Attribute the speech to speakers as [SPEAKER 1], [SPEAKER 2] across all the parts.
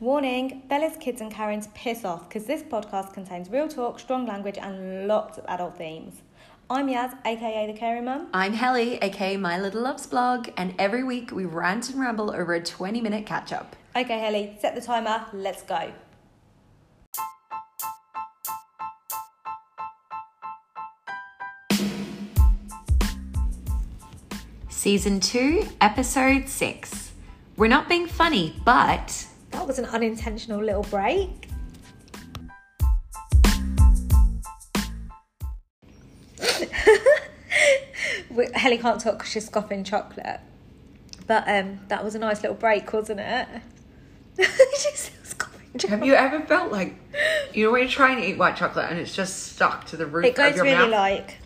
[SPEAKER 1] Warning, Bella's kids and Karen's piss off because this podcast contains real talk, strong language, and lots of adult themes. I'm Yaz, aka the Caring Mum.
[SPEAKER 2] I'm Helly, aka My Little Loves blog, and every week we rant and ramble over a 20 minute catch up.
[SPEAKER 1] Okay, Helly, set the timer, let's go.
[SPEAKER 2] Season 2, Episode 6. We're not being funny, but
[SPEAKER 1] That was an unintentional little break. We- Helly can't talk because she's scoffing chocolate. But um, that was a nice little break, wasn't it? she's still scoffing chocolate.
[SPEAKER 3] Have you ever felt like you know when you try and eat white chocolate and it's just stuck to the roof
[SPEAKER 1] It
[SPEAKER 3] of
[SPEAKER 1] goes
[SPEAKER 3] your
[SPEAKER 1] really
[SPEAKER 3] mouth?
[SPEAKER 1] like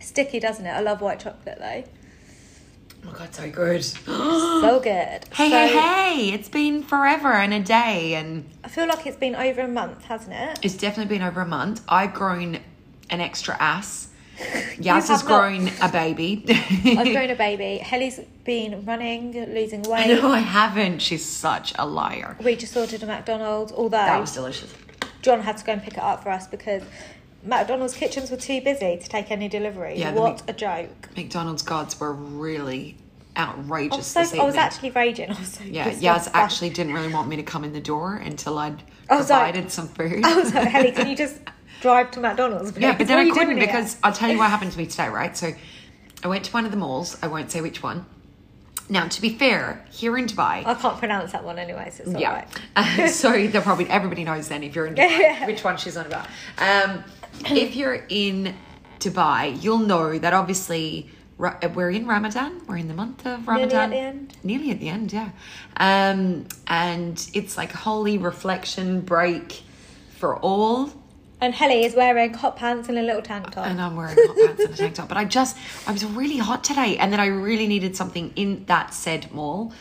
[SPEAKER 1] sticky, doesn't it? I love white chocolate though.
[SPEAKER 3] oh my god, so good.
[SPEAKER 1] So good. so,
[SPEAKER 2] hey, hey, hey, it's been forever and a day, and
[SPEAKER 1] I feel like it's been over a month, hasn't it?
[SPEAKER 2] it's definitely been over a month. I've grown an extra ass.
[SPEAKER 1] You
[SPEAKER 2] Yaz has
[SPEAKER 1] have not.
[SPEAKER 2] grown a baby.
[SPEAKER 1] I've grown a baby. Helly's been running, losing weight.
[SPEAKER 2] no, I haven't. She's such a liar.
[SPEAKER 1] We just ordered a McDonald's, although
[SPEAKER 2] That was delicious.
[SPEAKER 1] John had to go and pick it up for us because McDonald's kitchens were too busy to take any delivery.
[SPEAKER 2] Yeah, the
[SPEAKER 1] what
[SPEAKER 2] Mc-
[SPEAKER 1] a joke.
[SPEAKER 2] McDonald's gods were really
[SPEAKER 1] I
[SPEAKER 2] outrageous
[SPEAKER 1] was, so,
[SPEAKER 2] this evening.
[SPEAKER 1] I was actually raging. I was so
[SPEAKER 2] Yeah,
[SPEAKER 1] pissed
[SPEAKER 2] Yaz
[SPEAKER 1] off.
[SPEAKER 2] actually didn't really want me to come in the door until I'd
[SPEAKER 1] I was like-
[SPEAKER 2] provided some food.
[SPEAKER 1] I was like, Helly, can you just drive to McDonald's?
[SPEAKER 2] yeah,
[SPEAKER 1] please?
[SPEAKER 2] but
[SPEAKER 1] What
[SPEAKER 2] then
[SPEAKER 1] are
[SPEAKER 2] I
[SPEAKER 1] you doing
[SPEAKER 2] couldn't
[SPEAKER 1] here?"
[SPEAKER 2] because I'll tell you what happened to me today, right? So I went to one of the malls. I won't say which one. Now, to be fair, here in Dubai,
[SPEAKER 1] I can't pronounce that one anyway, so it's all
[SPEAKER 2] yeah.
[SPEAKER 1] Oh, right.
[SPEAKER 2] so they'll probably everybody knows then if you're in Dubai, which one she's on about. Um, if you're in Dubai, you'll know that obviously Ra- we're in Ramadan. We're in the month of
[SPEAKER 1] Nearly at
[SPEAKER 2] Ramadan.
[SPEAKER 1] the end.
[SPEAKER 2] Nearly at the end, yeah. Um, and it's like holy reflection break for all.
[SPEAKER 1] And Helly is wearing hot pants and a little tank top.
[SPEAKER 2] And I'm wearing hot pants and a tank top. But I just, I was really hot today. And then I really needed something in that said mall.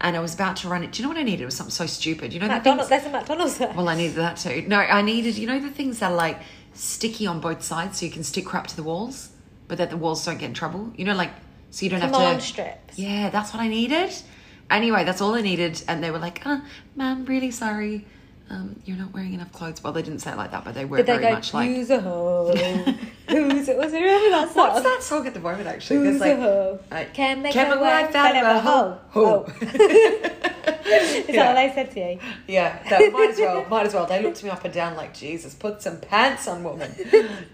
[SPEAKER 2] And I was about to run it. Do you know what I needed? It was something so stupid. You know, the things-
[SPEAKER 1] McDonald's, there's a McDonald's there.
[SPEAKER 2] well, I needed that too. No, I needed, you know, the things that are like sticky on both sides so you can stick crap to the walls, but that the walls don't get in trouble. You know, like, so you don't have
[SPEAKER 1] Command
[SPEAKER 2] to.
[SPEAKER 1] strips.
[SPEAKER 2] Yeah, that's what I needed. Anyway, that's all I needed. And they were like, uh, ma'am, really sorry. Um, you're not wearing enough clothes. Well, they didn't say it like that, but they were
[SPEAKER 1] Did they
[SPEAKER 2] very
[SPEAKER 1] go,
[SPEAKER 2] much like.
[SPEAKER 1] who's a hoe? who's it? Was it remember that song?
[SPEAKER 2] What's that song at the moment, actually?
[SPEAKER 1] Who's
[SPEAKER 2] There's
[SPEAKER 1] a
[SPEAKER 2] like,
[SPEAKER 1] hoe?
[SPEAKER 2] I-
[SPEAKER 1] Can make
[SPEAKER 2] Can
[SPEAKER 1] a
[SPEAKER 2] make a
[SPEAKER 1] wife out of a Oh. hoe.
[SPEAKER 2] Hoe.
[SPEAKER 1] Hoe. Is that what they said to you?
[SPEAKER 2] Yeah, that might as well. Might as well. They looked me up and down like Jesus. Put some pants on, woman.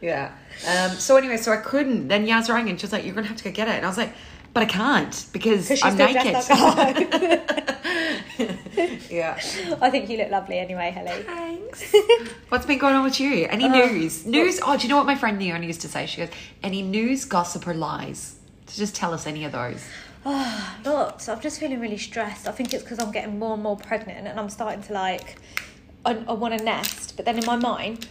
[SPEAKER 2] yeah. Um, so anyway, so I couldn't. Then Yaz rang and she was like, "You're gonna have to go get it," and I was like, "But I can't
[SPEAKER 1] Because
[SPEAKER 2] because
[SPEAKER 1] she's
[SPEAKER 2] I'm
[SPEAKER 1] still
[SPEAKER 2] naked."
[SPEAKER 1] dressed like a hoe.
[SPEAKER 2] yeah.
[SPEAKER 1] I think you look lovely anyway, Helly.
[SPEAKER 2] Thanks. What's been going on with you? Any
[SPEAKER 1] Uh,
[SPEAKER 2] news? News? Oh, do you know what my friend Leona used to say? She goes, "Any news, gossip, or lies?" So just tell us any of those.
[SPEAKER 1] Not. I'm just feeling really stressed. I think it's because I'm getting more and more pregnant and I'm starting to like, I, I want to nest, but then in my mind,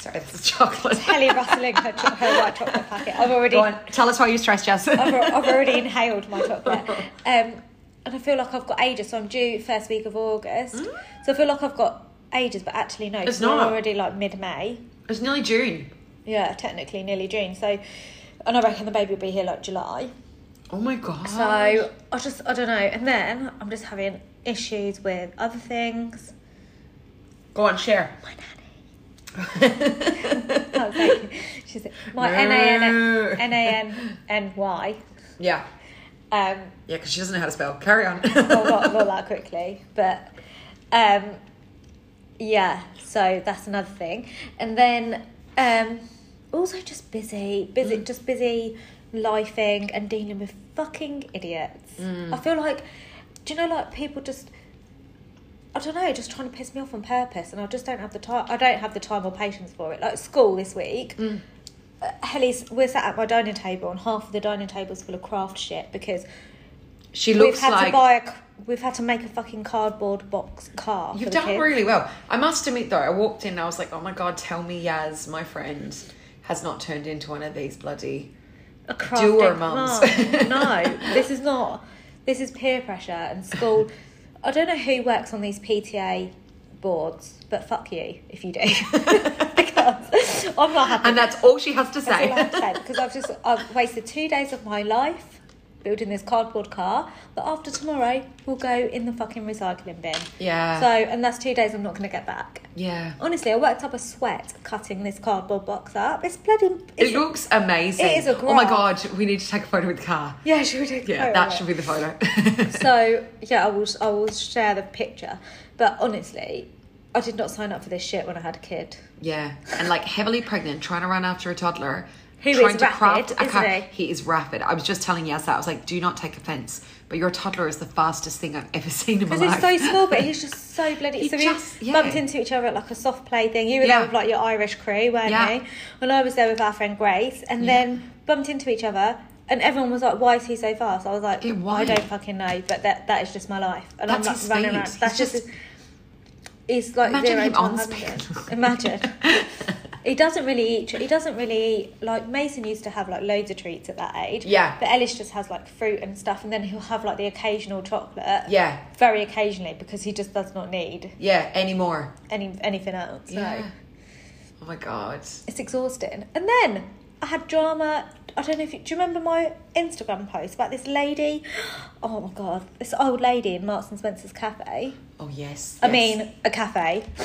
[SPEAKER 2] Sorry, this is chocolate.
[SPEAKER 1] Helly rustling her, cho- her white chocolate packet. I've already
[SPEAKER 2] Go on, tell us why you're stressed, Jess.
[SPEAKER 1] I've, al- I've already inhaled my chocolate. Um, and I feel like I've got ages, so I'm due first week of August. So I feel like I've got ages, but actually no, because I'm
[SPEAKER 2] Mm. not.
[SPEAKER 1] already like mid-May.
[SPEAKER 2] it's nearly June.
[SPEAKER 1] Yeah, technically nearly June. So, and I reckon the baby will be here like July.
[SPEAKER 2] Oh my god.
[SPEAKER 1] So I just I don't know. And then I'm just having issues with other things.
[SPEAKER 2] go on, share.
[SPEAKER 1] Oh, thank you. She's my N A N N A N N Y.
[SPEAKER 2] Yeah.
[SPEAKER 1] Um,
[SPEAKER 2] Yeah, because she doesn't know how to spell. Carry on.
[SPEAKER 1] not, not, not that quickly, but um, yeah. So that's another thing, and then um, also just busy, busy, just busy lifing and dealing with fucking idiots. I feel like, do you know, like people just. I don't know, just trying to piss me off on purpose, and I just don't have the time. I don't have the time or patience for it. Like school this week, uh, Helly's we're sat at my dining table, and half of the dining table's full of craft shit because
[SPEAKER 2] She
[SPEAKER 1] we've
[SPEAKER 2] looks
[SPEAKER 1] had to
[SPEAKER 2] like
[SPEAKER 1] buy a c- we've had to make a fucking cardboard box car for
[SPEAKER 2] you've
[SPEAKER 1] the
[SPEAKER 2] done
[SPEAKER 1] kids.
[SPEAKER 2] really well. I must admit though, I walked in and I was like, oh my god, tell me Yaz, my friend, has not turned into one of these bloody
[SPEAKER 1] a crafting
[SPEAKER 2] doer mums.
[SPEAKER 1] mum. no this is not this is peer pressure and school i don't know who works on these pta boards but fuck you if you do because i'm not happy
[SPEAKER 2] And that's all she has to
[SPEAKER 1] That's all I
[SPEAKER 2] say.
[SPEAKER 1] have to say, because I've just I've wasted two days of my life building this cardboard car that after tomorrow will go in the fucking recycling bin.
[SPEAKER 3] Yeah.
[SPEAKER 1] So, and that's two days I'm not going to get back.
[SPEAKER 3] yeah.
[SPEAKER 1] Honestly, I worked up a sweat cutting this cardboard box up. It's bloody.
[SPEAKER 3] It
[SPEAKER 1] It's,
[SPEAKER 3] looks amazing.
[SPEAKER 1] it is a
[SPEAKER 3] Oh my
[SPEAKER 1] graph.
[SPEAKER 3] god, we need to take a photo with the car.
[SPEAKER 1] yeah, should we take a
[SPEAKER 3] Yeah,
[SPEAKER 1] photo
[SPEAKER 3] that
[SPEAKER 1] of it?
[SPEAKER 3] should be the photo.
[SPEAKER 1] So yeah, I will. I will share the picture. But honestly, I did not sign up for this shit when I had a kid.
[SPEAKER 3] yeah, and like heavily pregnant, trying to run after a toddler.
[SPEAKER 1] Who
[SPEAKER 3] trying
[SPEAKER 1] is
[SPEAKER 3] to
[SPEAKER 1] rapid,
[SPEAKER 3] craft a
[SPEAKER 1] isn't
[SPEAKER 3] car.
[SPEAKER 1] he?
[SPEAKER 3] is rapid. I was just telling Yas that. I was like, do not take offense, but your toddler is the fastest thing I've ever seen in my
[SPEAKER 1] Because
[SPEAKER 3] life.
[SPEAKER 1] it's so small, but he's just so bloody.
[SPEAKER 3] He
[SPEAKER 1] so
[SPEAKER 3] just-
[SPEAKER 1] we
[SPEAKER 3] yeah.
[SPEAKER 1] bumped into each other at like a soft play thing. You were
[SPEAKER 3] Yeah.
[SPEAKER 1] there with like your Irish crew, weren't
[SPEAKER 3] Yeah.
[SPEAKER 1] you? When I was there with our friend Grace, and then bumped into each other, and everyone was like, "Why is he so fast?" I was like,
[SPEAKER 3] Yeah, why?
[SPEAKER 1] "I don't fucking know,but that that is just my life, and
[SPEAKER 3] That's
[SPEAKER 1] I'm
[SPEAKER 3] his
[SPEAKER 1] like running
[SPEAKER 3] speed.
[SPEAKER 1] around.
[SPEAKER 3] He's
[SPEAKER 1] That's just."
[SPEAKER 3] just-
[SPEAKER 1] It's like
[SPEAKER 3] Imagine
[SPEAKER 1] zero
[SPEAKER 3] him
[SPEAKER 1] to
[SPEAKER 3] on
[SPEAKER 1] 100.
[SPEAKER 3] speed.
[SPEAKER 1] Imagine. He doesn't really eat. He doesn't really like Mason used to have like loads of treats at that age.
[SPEAKER 3] Yeah.
[SPEAKER 1] But Ellis just has like fruit and stuff, and then he'll have like the occasional chocolate
[SPEAKER 3] yeah,
[SPEAKER 1] very occasionally because he just does not need
[SPEAKER 3] yeah. Anymore.
[SPEAKER 1] any anything else. So
[SPEAKER 3] Yeah. Oh my god.
[SPEAKER 1] it's exhausting. And then I had drama. I don't know if you do you remember my Instagram post about this lady? Oh my god, this old lady in Marks and Spencer's cafe.
[SPEAKER 3] Oh yes.
[SPEAKER 1] I
[SPEAKER 3] yes.
[SPEAKER 1] mean, a cafe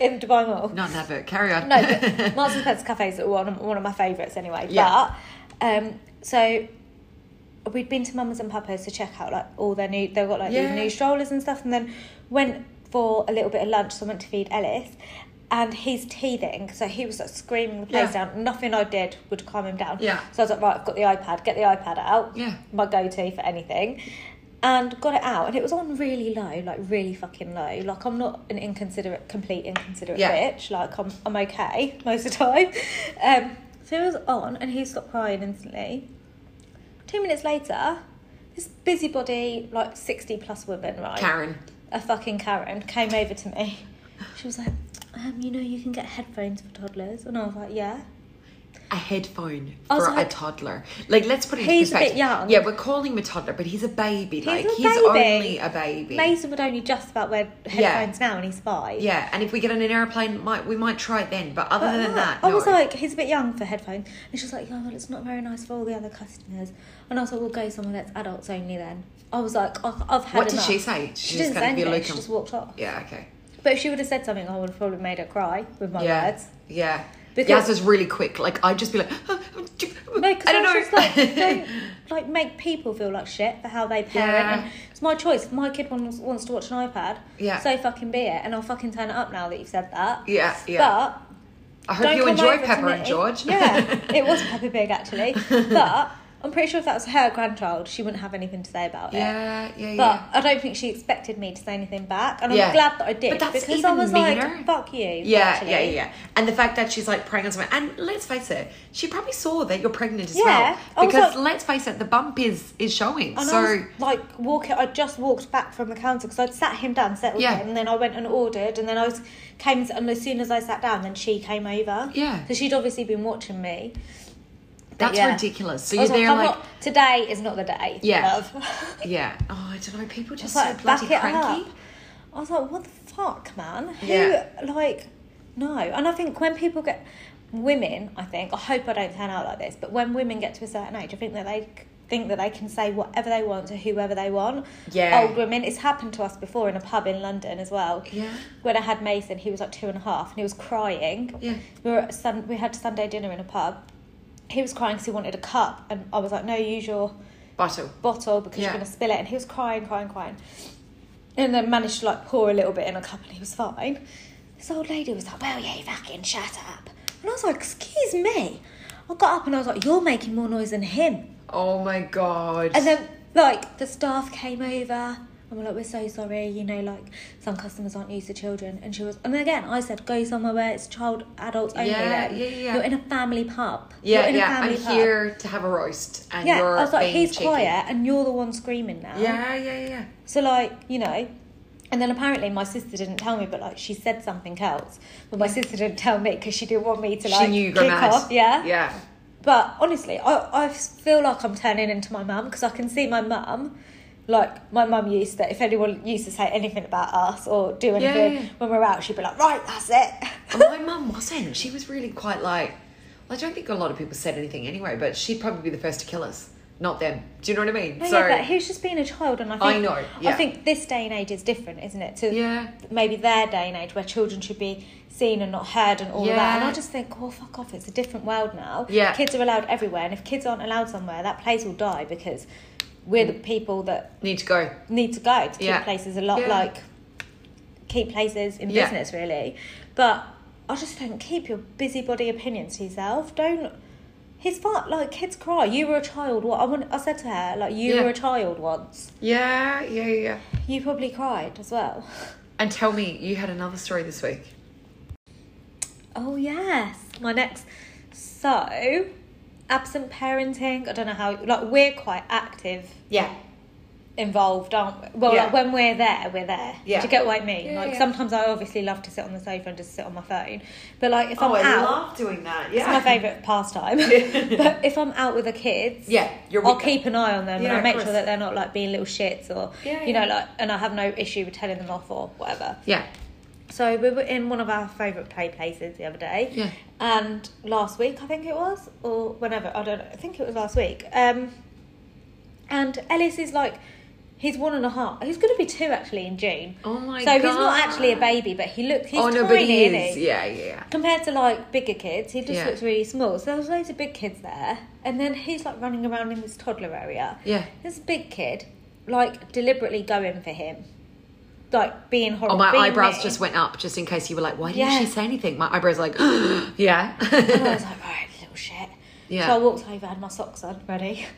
[SPEAKER 1] in Dubai Mall.
[SPEAKER 3] not never. Carry on.
[SPEAKER 1] No, but Marks and Spencer's cafe is one of, one of my favourites anyway.
[SPEAKER 3] Yeah.
[SPEAKER 1] But um, so we'd been to Mama's and Papa's to check out like all their new they've got like
[SPEAKER 3] Yeah.
[SPEAKER 1] these new strollers and stuff, and then went for a little bit of lunch. So I went to feed Ellis. And he's teething, so he was like screaming the place
[SPEAKER 3] Yeah.
[SPEAKER 1] down. Nothing I did would calm him down.
[SPEAKER 3] Yeah.
[SPEAKER 1] So I was like, right, I've got the iPad. Get the iPad out.
[SPEAKER 3] Yeah.
[SPEAKER 1] My go-to for anything, and got it out, and it was on really low, like really fucking low. Like I'm not an inconsiderate, complete inconsiderate
[SPEAKER 3] Yeah.
[SPEAKER 1] bitch bitch, Like I'm, I'm okay most of the time. Um, so he was on, and he stopped crying instantly. Two minutes later, this busybody, like sixty plus woman, right?
[SPEAKER 3] Karen.
[SPEAKER 1] A fucking Karen came over to me. She was like, um, "You know, you can get headphones for toddlers," and I was like, "Yeah."
[SPEAKER 3] a headphone
[SPEAKER 1] I was
[SPEAKER 3] for
[SPEAKER 1] like-
[SPEAKER 3] a toddler. Like, let's put it into
[SPEAKER 1] Oh, He's a bit
[SPEAKER 3] perspective.
[SPEAKER 1] young.
[SPEAKER 3] Yeah, we're calling him a toddler, but he's a baby. like,
[SPEAKER 1] a
[SPEAKER 3] he's
[SPEAKER 1] baby.
[SPEAKER 3] only a baby.
[SPEAKER 1] Mason would only just about wear headphones now, and he's five.
[SPEAKER 3] Yeah, and if we get on an airplane, might we might try it then. But other
[SPEAKER 1] But
[SPEAKER 3] than
[SPEAKER 1] no,
[SPEAKER 3] that,
[SPEAKER 1] I
[SPEAKER 3] no.
[SPEAKER 1] was like, he's a bit young for headphones. And she was like, yeah, well, it's not very nice for all the other customers. And I was like, we'll go somewhere that's adults only then. I was like, I've, I've had
[SPEAKER 3] what did
[SPEAKER 1] enough.
[SPEAKER 3] she say?
[SPEAKER 1] She, didn't say
[SPEAKER 3] gonna be a
[SPEAKER 1] anything. She
[SPEAKER 3] Lucan.
[SPEAKER 1] just walked off.
[SPEAKER 3] Yeah, okay.
[SPEAKER 1] But if she would have said something, I would have probably made her cry with my
[SPEAKER 3] Yeah,
[SPEAKER 1] words.
[SPEAKER 3] yeah.
[SPEAKER 1] Because-
[SPEAKER 3] Yaz was really quick. Like I'd just be like, no,
[SPEAKER 1] No,
[SPEAKER 3] I
[SPEAKER 1] because
[SPEAKER 3] don't
[SPEAKER 1] I,
[SPEAKER 3] know.
[SPEAKER 1] was just like, don't like make people feel like shit for how they parent.
[SPEAKER 3] Yeah.
[SPEAKER 1] And it's my choice. If my kid wants, wants to watch an iPad,
[SPEAKER 3] Yeah.
[SPEAKER 1] so fucking be it. And I'll fucking turn it up now that you've said that.
[SPEAKER 3] Yeah, yeah.
[SPEAKER 1] But
[SPEAKER 3] I
[SPEAKER 1] Don't
[SPEAKER 3] hope you
[SPEAKER 1] come
[SPEAKER 3] enjoy
[SPEAKER 1] over to
[SPEAKER 3] Pepper
[SPEAKER 1] me.
[SPEAKER 3] and George.
[SPEAKER 1] Yeah, it was Peppa Pig actually, but I'm pretty sure if that was her grandchild, she wouldn't have anything to say about it.
[SPEAKER 3] yeah, yeah,
[SPEAKER 1] But
[SPEAKER 3] yeah.
[SPEAKER 1] I don't think she expected me to say anything back, and I'm
[SPEAKER 3] Yeah.
[SPEAKER 1] glad that I did
[SPEAKER 3] But that's
[SPEAKER 1] because I
[SPEAKER 3] even
[SPEAKER 1] was
[SPEAKER 3] meaner.
[SPEAKER 1] like, "Fuck you."
[SPEAKER 3] Yeah,
[SPEAKER 1] actually.
[SPEAKER 3] yeah, yeah. And the fact that she's like preying on someone, and let's face it, she probably saw that you're pregnant as
[SPEAKER 1] Yeah, I
[SPEAKER 3] well.
[SPEAKER 1] was
[SPEAKER 3] Because
[SPEAKER 1] like-
[SPEAKER 3] let's face it, the bump is is showing.
[SPEAKER 1] And I
[SPEAKER 3] so
[SPEAKER 1] was, like walking, I just walked back from the counter because I'd sat him down, settled
[SPEAKER 3] Yeah.
[SPEAKER 1] him, and then I went and ordered, and then I was came and as soon as I sat down, then she came over.
[SPEAKER 3] Yeah.
[SPEAKER 1] so she'd obviously been watching me. But
[SPEAKER 3] that's
[SPEAKER 1] yeah.
[SPEAKER 3] ridiculous. So
[SPEAKER 1] I
[SPEAKER 3] you're
[SPEAKER 1] was like,
[SPEAKER 3] there
[SPEAKER 1] "I'm
[SPEAKER 3] like,
[SPEAKER 1] not- today is not the day.
[SPEAKER 3] Yeah.
[SPEAKER 1] love."
[SPEAKER 3] yeah. Oh, I don't know. People just
[SPEAKER 1] It's
[SPEAKER 3] so
[SPEAKER 1] like back
[SPEAKER 3] bloody
[SPEAKER 1] it
[SPEAKER 3] cranky.
[SPEAKER 1] up. I was like, what the fuck, man? Who
[SPEAKER 3] Yeah.
[SPEAKER 1] like no? And I think when people get women, I think I hope I don't turn out like this, but when women get to a certain age, I think that they c- think that they can say whatever they want to whoever they want.
[SPEAKER 3] Yeah.
[SPEAKER 1] Old women. It's happened to us before in a pub in London as well.
[SPEAKER 3] Yeah.
[SPEAKER 1] When I had Mason, he was like two and a half, and he was crying.
[SPEAKER 3] Yeah.
[SPEAKER 1] We were at sun- we had Sunday dinner in a pub. He was crying because he wanted a cup, and I was like, no, use your
[SPEAKER 3] Bottle.
[SPEAKER 1] bottle because
[SPEAKER 3] Yeah.
[SPEAKER 1] you're going to spill it. And he was crying, crying, crying. And then managed to like pour a little bit in a cup and he was fine. This old lady was like, well, yeah, you fucking shut up. And I was like, excuse me. I got up and I was like, you're making more noise than him.
[SPEAKER 3] Oh my god.
[SPEAKER 1] And then like the staff came over and we're like, we're so sorry, you know, like some customers aren't used to children. And she was, and then again, I said, go somewhere where it's child, adults only.
[SPEAKER 3] Yeah,
[SPEAKER 1] then.
[SPEAKER 3] yeah, yeah.
[SPEAKER 1] You're in a family pub.
[SPEAKER 3] yeah,
[SPEAKER 1] you're in
[SPEAKER 3] yeah.
[SPEAKER 1] A
[SPEAKER 3] I'm
[SPEAKER 1] family pub.
[SPEAKER 3] here to have a roast, and
[SPEAKER 1] Yeah,
[SPEAKER 3] you're
[SPEAKER 1] I was like,
[SPEAKER 3] being
[SPEAKER 1] he's
[SPEAKER 3] cheeky.
[SPEAKER 1] quiet and you're the one screaming now.
[SPEAKER 3] Yeah, yeah, yeah.
[SPEAKER 1] So like, you know, and then apparently my sister didn't tell me, but like she said something else. But my sister didn't tell me because she didn't want me to like
[SPEAKER 3] she knew you were
[SPEAKER 1] kick
[SPEAKER 3] mad.
[SPEAKER 1] off. Yeah.
[SPEAKER 3] yeah.
[SPEAKER 1] But honestly, I I feel like I'm turning into my mum because I can see my mum. Like my mum used to, if anyone used to say anything about us or do anything
[SPEAKER 3] yeah.
[SPEAKER 1] when we're out, she'd be like, "Right, that's it."
[SPEAKER 3] And my mum wasn't. She was really quite like. Well, I don't think a lot of people said anything anyway, but she'd probably be the first to kill us not them. Do you know what I mean?
[SPEAKER 1] No,
[SPEAKER 3] so
[SPEAKER 1] yeah, but who's just been a child, and I
[SPEAKER 3] I
[SPEAKER 1] think
[SPEAKER 3] know, yeah.
[SPEAKER 1] I think this day and age is different, isn't it? To
[SPEAKER 3] yeah,
[SPEAKER 1] maybe their day and age where children should be seen and not heard and all of that. And I
[SPEAKER 3] Yeah.
[SPEAKER 1] just think, oh fuck off, it's a different world now.
[SPEAKER 3] Yeah.
[SPEAKER 1] kids are allowed everywhere, and if kids aren't allowed somewhere, that place will die because we're the people that
[SPEAKER 3] need to go.
[SPEAKER 1] need to go to keep
[SPEAKER 3] Yeah.
[SPEAKER 1] places a lot
[SPEAKER 3] Yeah.
[SPEAKER 1] like keep places in
[SPEAKER 3] Yeah.
[SPEAKER 1] business really. But I just think keep your busybody opinions to yourself. Don't. He's fine. Like kids cry. You were a child. What I want, I said to her, like you
[SPEAKER 3] Yeah.
[SPEAKER 1] were a child once.
[SPEAKER 3] Yeah, yeah, yeah. yeah.
[SPEAKER 1] You probably cried as well.
[SPEAKER 3] And tell me, you had another story this week.
[SPEAKER 1] Oh yes, my next. So, absent parenting. I don't know how. Like we're quite active,
[SPEAKER 3] Yeah.
[SPEAKER 1] involved, aren't we? Well,
[SPEAKER 3] Yeah.
[SPEAKER 1] like when we're there, we're there.
[SPEAKER 3] Yeah.
[SPEAKER 1] Do you get what I mean?
[SPEAKER 3] Yeah,
[SPEAKER 1] like
[SPEAKER 3] yeah.
[SPEAKER 1] sometimes I obviously love to sit on the sofa and just sit on my phone. But like if
[SPEAKER 3] Oh,
[SPEAKER 1] I'm
[SPEAKER 3] I
[SPEAKER 1] out,
[SPEAKER 3] love doing that.
[SPEAKER 1] it's
[SPEAKER 3] Yeah.
[SPEAKER 1] my favourite pastime. but if I'm out with the kids,
[SPEAKER 3] Yeah, you're
[SPEAKER 1] I'll
[SPEAKER 3] with
[SPEAKER 1] keep an eye on them
[SPEAKER 3] Yeah,
[SPEAKER 1] and I'll
[SPEAKER 3] of
[SPEAKER 1] make sure
[SPEAKER 3] course.
[SPEAKER 1] that they're not like being little shits or
[SPEAKER 3] Yeah,
[SPEAKER 1] you know
[SPEAKER 3] yeah.
[SPEAKER 1] like. And I have no issue with telling them off or whatever.
[SPEAKER 3] Yeah.
[SPEAKER 1] So we were in one of our favourite play places the other day.
[SPEAKER 3] Yeah.
[SPEAKER 1] And last week, I think it was, or whenever, I don't know, I think it was last week. Um, and Ellis is like, he's one and a half. He's going to be two actually in June.
[SPEAKER 3] Oh my
[SPEAKER 1] So he's not
[SPEAKER 3] God.
[SPEAKER 1] actually a baby, but he looks, he's
[SPEAKER 3] oh
[SPEAKER 1] tiny,
[SPEAKER 3] no, but he
[SPEAKER 1] isn't
[SPEAKER 3] is.
[SPEAKER 1] he?
[SPEAKER 3] Yeah, yeah, yeah.
[SPEAKER 1] Compared to like bigger kids, he just
[SPEAKER 3] Yeah.
[SPEAKER 1] looks really small. So there was loads of big kids there. And then he's like running around in this toddler area
[SPEAKER 3] Yeah.
[SPEAKER 1] this big kid, like deliberately going for him, like being
[SPEAKER 3] Oh,
[SPEAKER 1] horrible.
[SPEAKER 3] my
[SPEAKER 1] being
[SPEAKER 3] eyebrows
[SPEAKER 1] mean.
[SPEAKER 3] just went up, just in case you were like, "Why didn't
[SPEAKER 1] Yeah.
[SPEAKER 3] she say anything?" My eyebrows are like, "Yeah,
[SPEAKER 1] And I was like, right, little shit.
[SPEAKER 3] Yeah.
[SPEAKER 1] So I walked over, had my socks on, ready.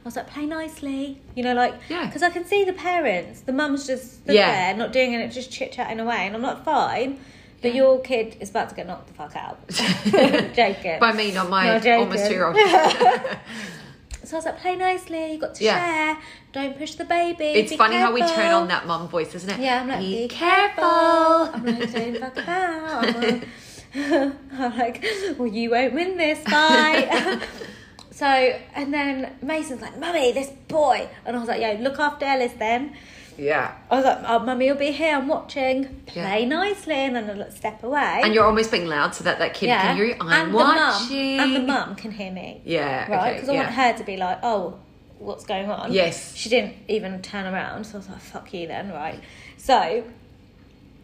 [SPEAKER 1] I was like, play nicely, you know, like,
[SPEAKER 3] Yeah.
[SPEAKER 1] because I can see the parents. The mum's just stood
[SPEAKER 3] Yeah.
[SPEAKER 1] there, not doing it, just chit chatting away, and I'm like, fine. But your kid is about to get knocked the fuck out. joking.
[SPEAKER 3] By me, not my
[SPEAKER 1] No, joking.
[SPEAKER 3] almost two-year-old.
[SPEAKER 1] So I was like, play nicely. You got to
[SPEAKER 3] Yeah.
[SPEAKER 1] share. Don't push the baby.
[SPEAKER 3] it's
[SPEAKER 1] be
[SPEAKER 3] funny how we turn
[SPEAKER 1] careful."
[SPEAKER 3] on that mum voice, isn't it?
[SPEAKER 1] Yeah, I'm like,
[SPEAKER 3] be,
[SPEAKER 1] be,
[SPEAKER 3] careful.
[SPEAKER 1] I'm like, don't fuck about. I'm like, I'm like, well, you won't win this fight. so, and then Mason's like, Mummy, this boy. And I was like, yo, look after Ellis then.
[SPEAKER 3] yeah,
[SPEAKER 1] I was like, oh, Mummy, you'll be here. I'm watching.
[SPEAKER 3] Yeah.
[SPEAKER 1] Play nicely. And then I like, step away.
[SPEAKER 3] and you're almost being loud so that that kid can hear you. I'm
[SPEAKER 1] and
[SPEAKER 3] watching.
[SPEAKER 1] The mum, and the mum can hear me. Right?
[SPEAKER 3] Yeah, okay,
[SPEAKER 1] Because I
[SPEAKER 3] yeah.
[SPEAKER 1] want her to be like, oh, what's going on?
[SPEAKER 3] Yes.
[SPEAKER 1] She didn't even turn around. So I was like, fuck you then, right? So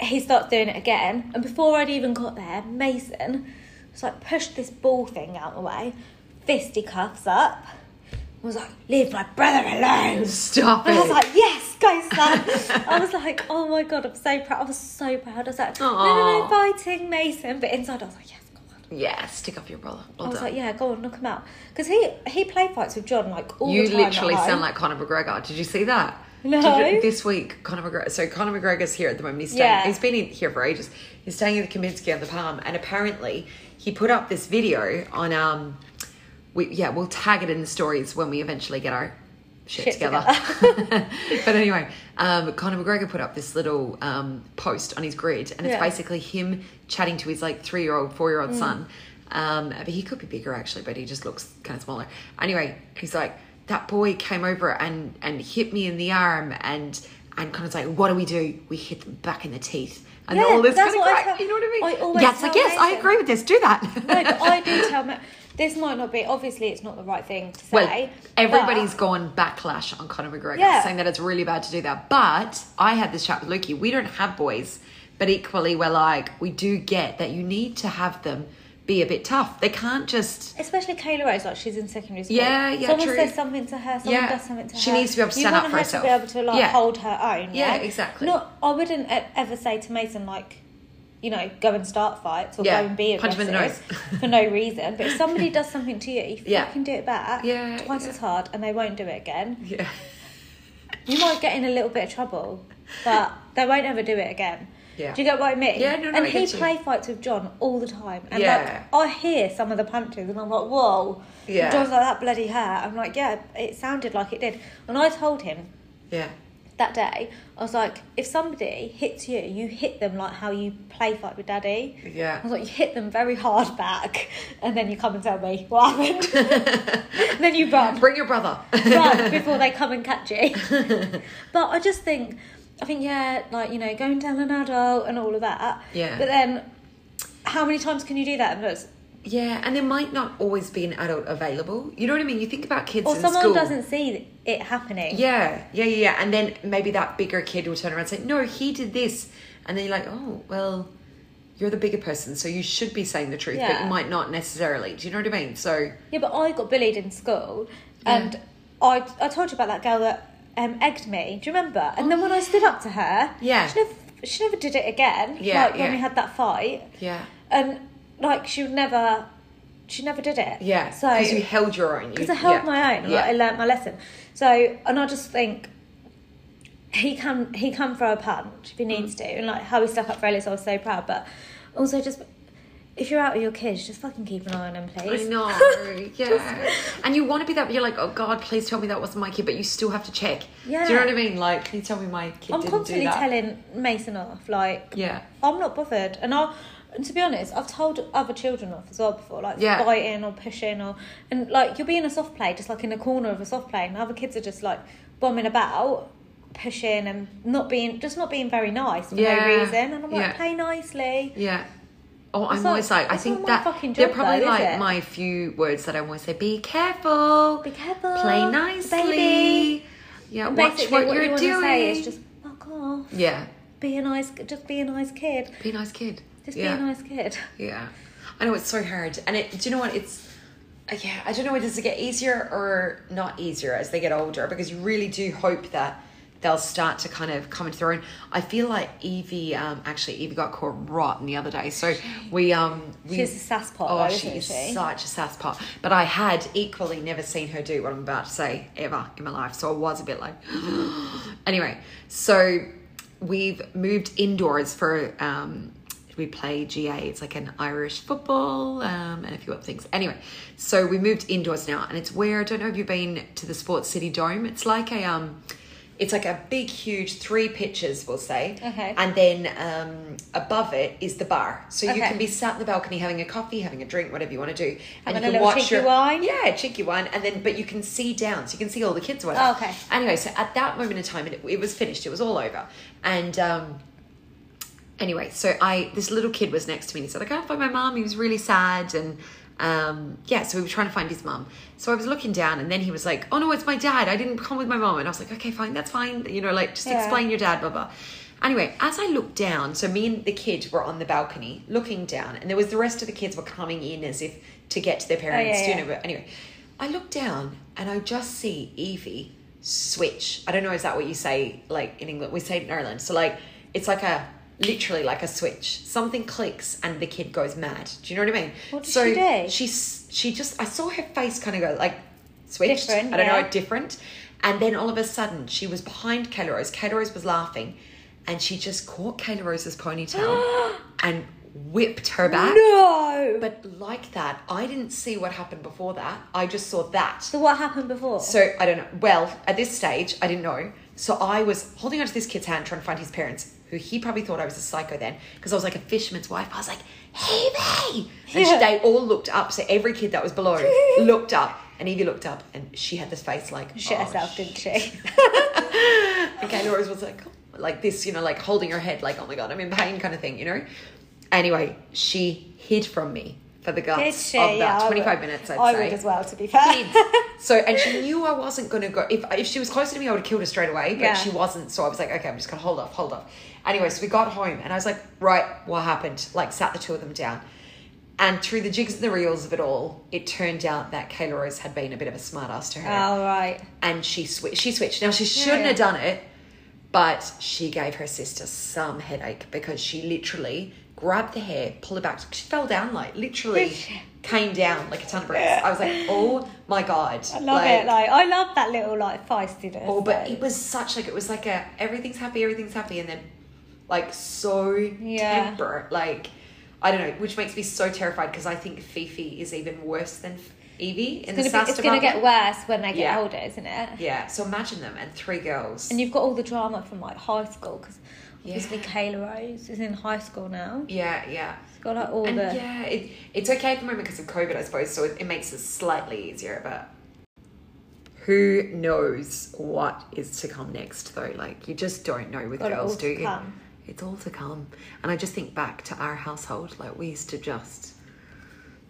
[SPEAKER 1] he starts doing it again. And before I'd even got there, Mason was like, pushed this ball thing out of the way, fisticuffs up, was like, leave my brother alone.
[SPEAKER 3] Stop
[SPEAKER 1] And I was
[SPEAKER 3] it.
[SPEAKER 1] like, yes, go son. I was like, oh my god, I'm so proud. I was so proud. I was like, no, no, no,
[SPEAKER 3] Aw.
[SPEAKER 1] biting Mason. But inside, I was like, yes, go on.
[SPEAKER 3] yeah, stick up your brother. Well
[SPEAKER 1] I was
[SPEAKER 3] done.
[SPEAKER 1] like, yeah, go on, knock him out. Because he he play fights with John like all
[SPEAKER 3] you
[SPEAKER 1] the time. at
[SPEAKER 3] literally
[SPEAKER 1] home.
[SPEAKER 3] sound like Conor McGregor. Did you see that?
[SPEAKER 1] No.
[SPEAKER 3] Did you- this week, Conor McGregor. So Conor McGregor's here at the moment. He's staying.
[SPEAKER 1] Yeah.
[SPEAKER 3] He's been in here for ages. He's staying at the Kaminsky on the Palm, and apparently he put up this video on. um we, Yeah, we'll tag it in the stories when we eventually get our shit,
[SPEAKER 1] Shit
[SPEAKER 3] together. but anyway, um, Conor McGregor put up this little um, post on his grid, and it's
[SPEAKER 1] Yeah. Mm.
[SPEAKER 3] basically him chatting to his like three year old, four year old son. Um, but he could be bigger actually, but he just looks kind of smaller. Anyway, he's like, that boy came over and and hit me in the arm, and and Conor's like, what do we do? We hit them back in the teeth, and
[SPEAKER 1] Yeah,
[SPEAKER 3] all this
[SPEAKER 1] that's
[SPEAKER 3] kind of
[SPEAKER 1] what I
[SPEAKER 3] crap.
[SPEAKER 1] tell-
[SPEAKER 3] You know what I mean?
[SPEAKER 1] I always
[SPEAKER 3] yeah, it's like
[SPEAKER 1] tell
[SPEAKER 3] yes, I
[SPEAKER 1] Nathan.
[SPEAKER 3] agree with this. Do that.
[SPEAKER 1] No, but I do tell Ma- this might not be obviously it's not the right thing to say.
[SPEAKER 3] Well, everybody's
[SPEAKER 1] but-
[SPEAKER 3] gone backlash on Conor McGregor,
[SPEAKER 1] Yeah.
[SPEAKER 3] saying that it's really bad to do that. But I had this chat with Lukey. We don't have boys, but equally, we're like, we do get that you need to have them be a bit tough. They can't just.
[SPEAKER 1] Especially Kayla Rose, like she's in secondary school.
[SPEAKER 3] Yeah, yeah,
[SPEAKER 1] Someone
[SPEAKER 3] true.
[SPEAKER 1] says something to her, someone
[SPEAKER 3] Yeah.
[SPEAKER 1] does something to
[SPEAKER 3] She
[SPEAKER 1] her.
[SPEAKER 3] needs to be able to
[SPEAKER 1] You
[SPEAKER 3] stand up
[SPEAKER 1] want
[SPEAKER 3] for
[SPEAKER 1] her
[SPEAKER 3] herself.
[SPEAKER 1] To be able to like
[SPEAKER 3] Yeah.
[SPEAKER 1] hold her own. Yeah,
[SPEAKER 3] Yeah, exactly.
[SPEAKER 1] Not, I wouldn't e- ever say to Mason like, you know, go and start fights or
[SPEAKER 3] Yeah.
[SPEAKER 1] go and be
[SPEAKER 3] Punch him
[SPEAKER 1] aggressive
[SPEAKER 3] in the
[SPEAKER 1] for no reason. But if somebody does something to you, you
[SPEAKER 3] Yeah.
[SPEAKER 1] can do it back.
[SPEAKER 3] Yeah,
[SPEAKER 1] twice
[SPEAKER 3] yeah.
[SPEAKER 1] as hard, and they won't do it again.
[SPEAKER 3] Yeah.
[SPEAKER 1] You might get in a little bit of trouble, but they won't ever do it again.
[SPEAKER 3] Yeah.
[SPEAKER 1] Do you get what I mean?
[SPEAKER 3] Yeah, no, no,
[SPEAKER 1] And
[SPEAKER 3] I
[SPEAKER 1] he
[SPEAKER 3] get you.
[SPEAKER 1] play fights with John all the time. And
[SPEAKER 3] Yeah.
[SPEAKER 1] like I hear some of the punches and I'm like, whoa.
[SPEAKER 3] Yeah.
[SPEAKER 1] John's like that bloody hair. I'm like, yeah, it sounded like it did. And I told him
[SPEAKER 3] Yeah.
[SPEAKER 1] that day, I was like, if somebody hits you, you hit them like how you play fight with daddy. I
[SPEAKER 3] Yeah.
[SPEAKER 1] was like, you hit them very hard back and then you come and tell me what happened. and then you run
[SPEAKER 3] Bring your brother.
[SPEAKER 1] run before they come and catch you. but I just think, I think, yeah, like, you know, going down an adult and all of that.
[SPEAKER 3] Yeah.
[SPEAKER 1] But then, how many times can you do that? And it's
[SPEAKER 3] Yeah, and there might not always be an adult available. You know what I mean? You think about kids
[SPEAKER 1] Or
[SPEAKER 3] in
[SPEAKER 1] someone
[SPEAKER 3] school.
[SPEAKER 1] doesn't see it happening.
[SPEAKER 3] Yeah, yeah, yeah, yeah. And then maybe that bigger kid will turn around and say, "No, he did this," and then you're like, "Oh, well, you're the bigger person, so you should be saying the truth, but
[SPEAKER 1] Yeah.
[SPEAKER 3] you might not necessarily." Do you know what I mean? So
[SPEAKER 1] Yeah, but I got bullied in school, and I, I told you about that girl that um, egged me. Do you remember? And then when I stood up to her,
[SPEAKER 3] Oh, Yeah.
[SPEAKER 1] she never, she never did it again.
[SPEAKER 3] Yeah,
[SPEAKER 1] like when
[SPEAKER 3] yeah.
[SPEAKER 1] we had that fight,
[SPEAKER 3] yeah,
[SPEAKER 1] and like she would never, she never did it.
[SPEAKER 3] yeah.
[SPEAKER 1] so
[SPEAKER 3] because you held your own,
[SPEAKER 1] because I held
[SPEAKER 3] yeah,
[SPEAKER 1] my own.
[SPEAKER 3] Yeah.
[SPEAKER 1] Like, I learnt my lesson. So, and I just think he can he can throw a punch
[SPEAKER 3] Mm.
[SPEAKER 1] if he needs to, and like how he stuck up for Ellis, I was so proud. But also, just if you're out with your kids, just fucking keep an eye on them,
[SPEAKER 3] I
[SPEAKER 1] please.
[SPEAKER 3] know, yeah. and you want to be that, but you're like, oh God, please tell me that wasn't my kid, but you still have to check. Do you
[SPEAKER 1] Yeah.
[SPEAKER 3] know what I mean? Like, please tell me my kid
[SPEAKER 1] I'm
[SPEAKER 3] didn't do
[SPEAKER 1] constantly
[SPEAKER 3] that.
[SPEAKER 1] telling Mason off, like
[SPEAKER 3] yeah,
[SPEAKER 1] I'm not bothered, and I. And to be honest, I've told other children off as well before, like
[SPEAKER 3] Yeah.
[SPEAKER 1] biting or pushing or, and like you'll be in a soft play, just like in a corner of a soft play, and other kids are just like bombing about, pushing and not being, just not being very nice for
[SPEAKER 3] Yeah.
[SPEAKER 1] no reason. And I'm like,
[SPEAKER 3] Yeah.
[SPEAKER 1] play nicely.
[SPEAKER 3] yeah. Oh, I'm
[SPEAKER 1] It's
[SPEAKER 3] always
[SPEAKER 1] not-
[SPEAKER 3] like, I
[SPEAKER 1] it's
[SPEAKER 3] think
[SPEAKER 1] not my
[SPEAKER 3] that
[SPEAKER 1] fucking
[SPEAKER 3] they're
[SPEAKER 1] job,
[SPEAKER 3] probably
[SPEAKER 1] though, is
[SPEAKER 3] like
[SPEAKER 1] it?
[SPEAKER 3] my few words that I always say. Be careful.
[SPEAKER 1] Be careful.
[SPEAKER 3] play nicely.
[SPEAKER 1] Oh, baby.
[SPEAKER 3] Yeah,
[SPEAKER 1] And
[SPEAKER 3] watch
[SPEAKER 1] basically
[SPEAKER 3] what,
[SPEAKER 1] you
[SPEAKER 3] you're
[SPEAKER 1] wanna
[SPEAKER 3] doing.
[SPEAKER 1] Say is just fuck off.
[SPEAKER 3] yeah,
[SPEAKER 1] Be a nice, just be a nice kid.
[SPEAKER 3] be a nice kid.
[SPEAKER 1] Just
[SPEAKER 3] yeah.
[SPEAKER 1] be a nice kid.
[SPEAKER 3] Yeah, I know it's so hard, and it. Do you know what? It's uh, yeah. I don't know. Does it get easier or not easier as they get older? Because you really do hope that they'll start to kind of come into their own. I feel like Evie. Um, actually, Evie got caught rotten the other day. So we um we,
[SPEAKER 1] She's a sasspot,
[SPEAKER 3] Oh,
[SPEAKER 1] though,
[SPEAKER 3] she
[SPEAKER 1] isn't
[SPEAKER 3] is
[SPEAKER 1] she?
[SPEAKER 3] such a sasspot. But I had equally never seen her do what I'm about to say ever in my life. So I was a bit like. anyway, so we've moved indoors for um we play GA. It's like an Irish football um, and a few other things. Anyway, so we moved indoors now, and it's where I don't know if you've been to the Sports City Dome. It's like a um, it's like a big, huge three pitches, we'll say.
[SPEAKER 1] Okay.
[SPEAKER 3] And then um, above it is the bar, so you
[SPEAKER 1] Okay.
[SPEAKER 3] can be sat in the balcony having a coffee, having a drink, whatever you want to do,
[SPEAKER 1] Having
[SPEAKER 3] you
[SPEAKER 1] a little cheeky wine.
[SPEAKER 3] Yeah, cheeky wine, and then but you can see down, so you can see all the kids. or whatever.
[SPEAKER 1] Oh, okay.
[SPEAKER 3] Anyway, so at that moment in time, it, it was finished. It was all over, and. um anyway, so I this little kid was next to me and he said, I can't find my mum. He was really sad and um yeah, so we were trying to find his mum. So I was looking down and then he was like, Oh no, it's my dad. I didn't come with my mum. And I was like, Okay, fine, that's fine. You know, like just
[SPEAKER 1] Yeah.
[SPEAKER 3] explain your dad, blah blah. Anyway, as I looked down, so me and the kid were on the balcony looking down, and there was the rest of the kids were coming in as if to get to their parents,
[SPEAKER 1] Oh, yeah,
[SPEAKER 3] you
[SPEAKER 1] yeah.
[SPEAKER 3] know. But anyway, I look down and I just see Evie switch. I don't know, is that what you say like in England? We say it in Ireland. So like it's like a literally like a switch. Something clicks and the kid goes mad. Do you know what I mean?
[SPEAKER 1] What did
[SPEAKER 3] so
[SPEAKER 1] she do?
[SPEAKER 3] She's she just I saw her face kind of go like switched.
[SPEAKER 1] Different,
[SPEAKER 3] I don't
[SPEAKER 1] yeah.
[SPEAKER 3] know, different. And then all of a sudden she was behind Kayla Rose. Kayla Rose was laughing and she just caught Kayla Rose's ponytail and whipped her back.
[SPEAKER 1] No.
[SPEAKER 3] But like that, I didn't see what happened before that. I just saw that.
[SPEAKER 1] So what happened before?
[SPEAKER 3] So I don't know. Well, at this stage, I didn't know. So I was holding onto this kid's hand, trying to find his parents, who he probably thought I was a psycho then, because I was like a fisherman's wife. I was like, "Hey, Evie!" And
[SPEAKER 1] Yeah.
[SPEAKER 3] she, they all looked up. So every kid that was below looked up, and Evie looked up, and she had this face like
[SPEAKER 1] shit
[SPEAKER 3] "Oh,
[SPEAKER 1] herself, didn't she?
[SPEAKER 3] and Kayla Rose was like, oh, like this, you know, like holding her head, like, oh my god, I'm in pain, kind of thing, you know. Anyway, she hid from me for the guts
[SPEAKER 1] Did she?
[SPEAKER 3] of that
[SPEAKER 1] Yeah, I
[SPEAKER 3] 25
[SPEAKER 1] would.
[SPEAKER 3] minutes. I'd
[SPEAKER 1] I
[SPEAKER 3] say.
[SPEAKER 1] would as well, to be fair.
[SPEAKER 3] So, and she knew I wasn't going to go. If, if she was closer to me, I would have killed her straight away, but
[SPEAKER 1] Yeah.
[SPEAKER 3] she wasn't. So I was like, okay, I'm just going to hold off, hold off. Anyway, so we got home and I was like, right, what happened? Like, sat the two of them down. And through the jigs and the reels of it all, it turned out that Kayla Rose had been a bit of a smartass to her
[SPEAKER 1] All right.
[SPEAKER 3] and she switched. She switched. Now she shouldn't
[SPEAKER 1] Yeah.
[SPEAKER 3] have done it, but she gave her sister some headache because she literally grabbed the hair, pulled it back. She fell down like literally came down like a ton of bricks. I was like, oh my god,
[SPEAKER 1] I love it. Like I love that little like feistiness.
[SPEAKER 3] oh, but
[SPEAKER 1] though.
[SPEAKER 3] it was such like it was like a everything's happy, everything's happy, and then like so
[SPEAKER 1] Yeah.
[SPEAKER 3] temper like. I don't know, which makes me so terrified because I think Fifi is even worse than Evie in
[SPEAKER 1] it's gonna,
[SPEAKER 3] the sass
[SPEAKER 1] be, it's gonna get
[SPEAKER 3] department.
[SPEAKER 1] worse when they get
[SPEAKER 3] Yeah.
[SPEAKER 1] older, isn't it?
[SPEAKER 3] Yeah, so imagine them and three girls.
[SPEAKER 1] And you've got all the drama from like high school because
[SPEAKER 3] Yeah.
[SPEAKER 1] obviously Kayla Rose is in high school now.
[SPEAKER 3] Yeah, yeah.
[SPEAKER 1] She's got like all
[SPEAKER 3] And
[SPEAKER 1] the
[SPEAKER 3] yeah, it, it's okay at the moment because of COVID, I suppose, so it, it makes it slightly easier, but who knows what is to come next, though? Like, you just don't know with
[SPEAKER 1] Got it
[SPEAKER 3] girls,
[SPEAKER 1] all
[SPEAKER 3] do
[SPEAKER 1] to
[SPEAKER 3] you?
[SPEAKER 1] come.
[SPEAKER 3] It's all to come. And I just think back to our household, like, we used to just.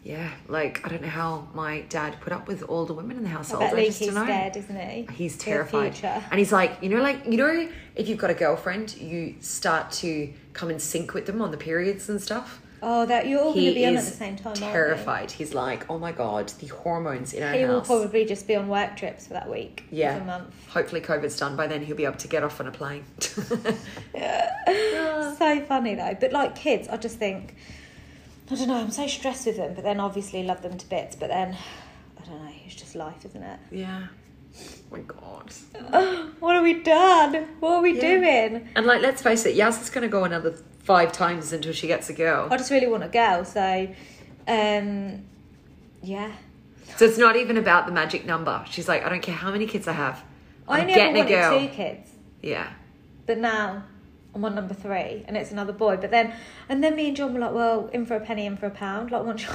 [SPEAKER 3] yeah, like I don't know how my dad put up with all the women in the
[SPEAKER 1] I
[SPEAKER 3] household.
[SPEAKER 1] bet
[SPEAKER 3] I just
[SPEAKER 1] Lukey's
[SPEAKER 3] don't know.
[SPEAKER 1] scared, isn't he?
[SPEAKER 3] He's
[SPEAKER 1] For the
[SPEAKER 3] terrified.
[SPEAKER 1] future.
[SPEAKER 3] And he's like, you know, like, you know, if you've got a girlfriend, you start to come and sync with them on the periods and stuff.
[SPEAKER 1] Oh, that you're all going
[SPEAKER 3] He
[SPEAKER 1] to be on at
[SPEAKER 3] is
[SPEAKER 1] the same time. aren't you?
[SPEAKER 3] terrified. He's like, oh my God, the hormones in our
[SPEAKER 1] He will
[SPEAKER 3] house.
[SPEAKER 1] probably just be on work trips for that week.
[SPEAKER 3] yeah.
[SPEAKER 1] For a month.
[SPEAKER 3] Hopefully, COVID's done by then. He'll be able to get off on a plane.
[SPEAKER 1] so funny though. But like kids, I just think I don't know. I'm so stressed with them, but then obviously love them to bits. But then I don't know. It's just life, isn't it?
[SPEAKER 3] yeah. Oh my God.
[SPEAKER 1] Oh, What are we done? What are we doing?
[SPEAKER 3] And like, let's face it, Yas is going to go another five times until she gets a girl.
[SPEAKER 1] I just really want a girl. So, um, yeah.
[SPEAKER 3] So it's not even about the magic number. She's like, I don't care how many kids I have.
[SPEAKER 1] i
[SPEAKER 3] I'm
[SPEAKER 1] never
[SPEAKER 3] getting a
[SPEAKER 1] wanted
[SPEAKER 3] girl.
[SPEAKER 1] two kids,
[SPEAKER 3] Yeah.
[SPEAKER 1] but now I'm on number three, and it's another boy. But then, and then me and John were like, well, in for a penny, in for a pound. Like, one.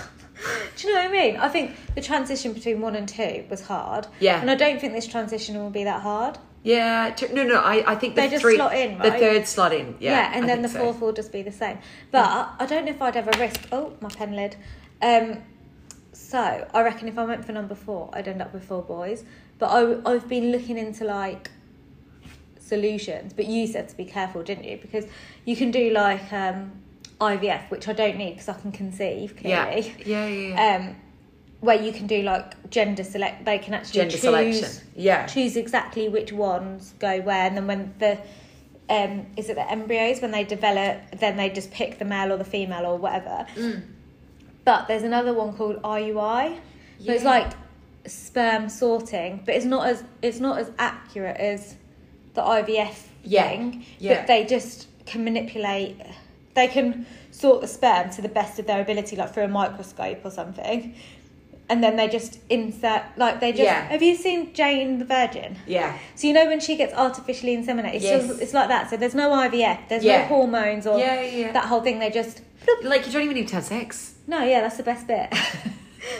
[SPEAKER 1] Do you know what I mean? I think the transition between one and two was hard.
[SPEAKER 3] Yeah.
[SPEAKER 1] And I don't think this transition will be that hard.
[SPEAKER 3] Yeah, t- no, no. I, I think the
[SPEAKER 1] They just
[SPEAKER 3] three,
[SPEAKER 1] slot in,
[SPEAKER 3] the
[SPEAKER 1] right?
[SPEAKER 3] third slot in. Yeah,
[SPEAKER 1] Yeah, and
[SPEAKER 3] I
[SPEAKER 1] then the
[SPEAKER 3] think so. Mm.
[SPEAKER 1] fourth will just be the same. But I don't know if I'd ever risk. Oh, my pen lid. Um, so I reckon if I went for number four, I'd end up with four boys. But I, I've been looking into like solutions. But you said to be careful, didn't you? Because you can do like um, IVF, which I don't need because I can conceive
[SPEAKER 3] Yeah,
[SPEAKER 1] clearly.
[SPEAKER 3] yeah, yeah. yeah.
[SPEAKER 1] Um, where you can do like gender select. They can actually
[SPEAKER 3] Gender
[SPEAKER 1] choose
[SPEAKER 3] selection. Yeah,
[SPEAKER 1] choose exactly which ones go where and then when the um is it the embryos when they develop then they just pick the male or the female or whatever but there's another one called IUI so it's
[SPEAKER 3] Yeah.
[SPEAKER 1] like sperm sorting but it's not as it's not as accurate as the IVF
[SPEAKER 3] Yeah.
[SPEAKER 1] thing
[SPEAKER 3] Yeah.
[SPEAKER 1] but they just can manipulate they can sort the sperm to the best of their ability like through a microscope or something and then they just insert like they just
[SPEAKER 3] Yeah.
[SPEAKER 1] have you seen Jane the Virgin?
[SPEAKER 3] yeah,
[SPEAKER 1] So you know when she gets artificially inseminated, it's,
[SPEAKER 3] Yes.
[SPEAKER 1] just, it's like that. So there's no IVF, there's
[SPEAKER 3] Yeah.
[SPEAKER 1] no hormones or
[SPEAKER 3] Yeah, yeah, yeah.
[SPEAKER 1] that whole thing. They just bloop.
[SPEAKER 3] Like you don't even need to have sex.
[SPEAKER 1] no, yeah, that's the best bit.